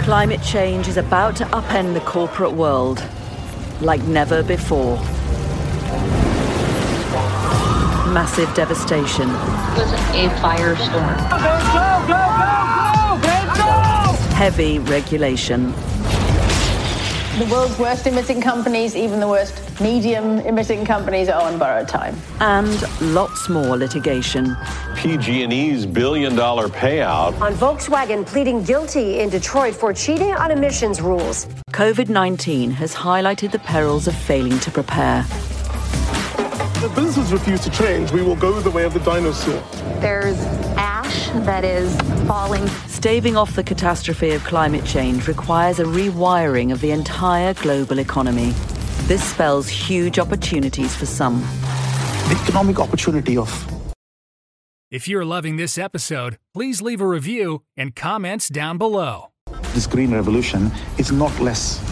Climate change is about to upend the corporate world like never before. Massive devastation, was a firestorm. heavy regulation, The world's worst emitting companies, even the worst medium emitting companies, are on borrowed time. and lots more litigation. PG&E's billion-dollar payout on Volkswagen pleading guilty in Detroit for cheating on emissions rules. COVID 19 has highlighted the perils of failing to prepare. If businesses refuse to change, we will go the way of the dinosaur. There's ash that is falling. Staving off the catastrophe of climate change requires a rewiring of the entire global economy. This spells huge opportunities for some. the economic opportunity of If you're loving this episode, please leave a review and comments down below. this green revolution is not less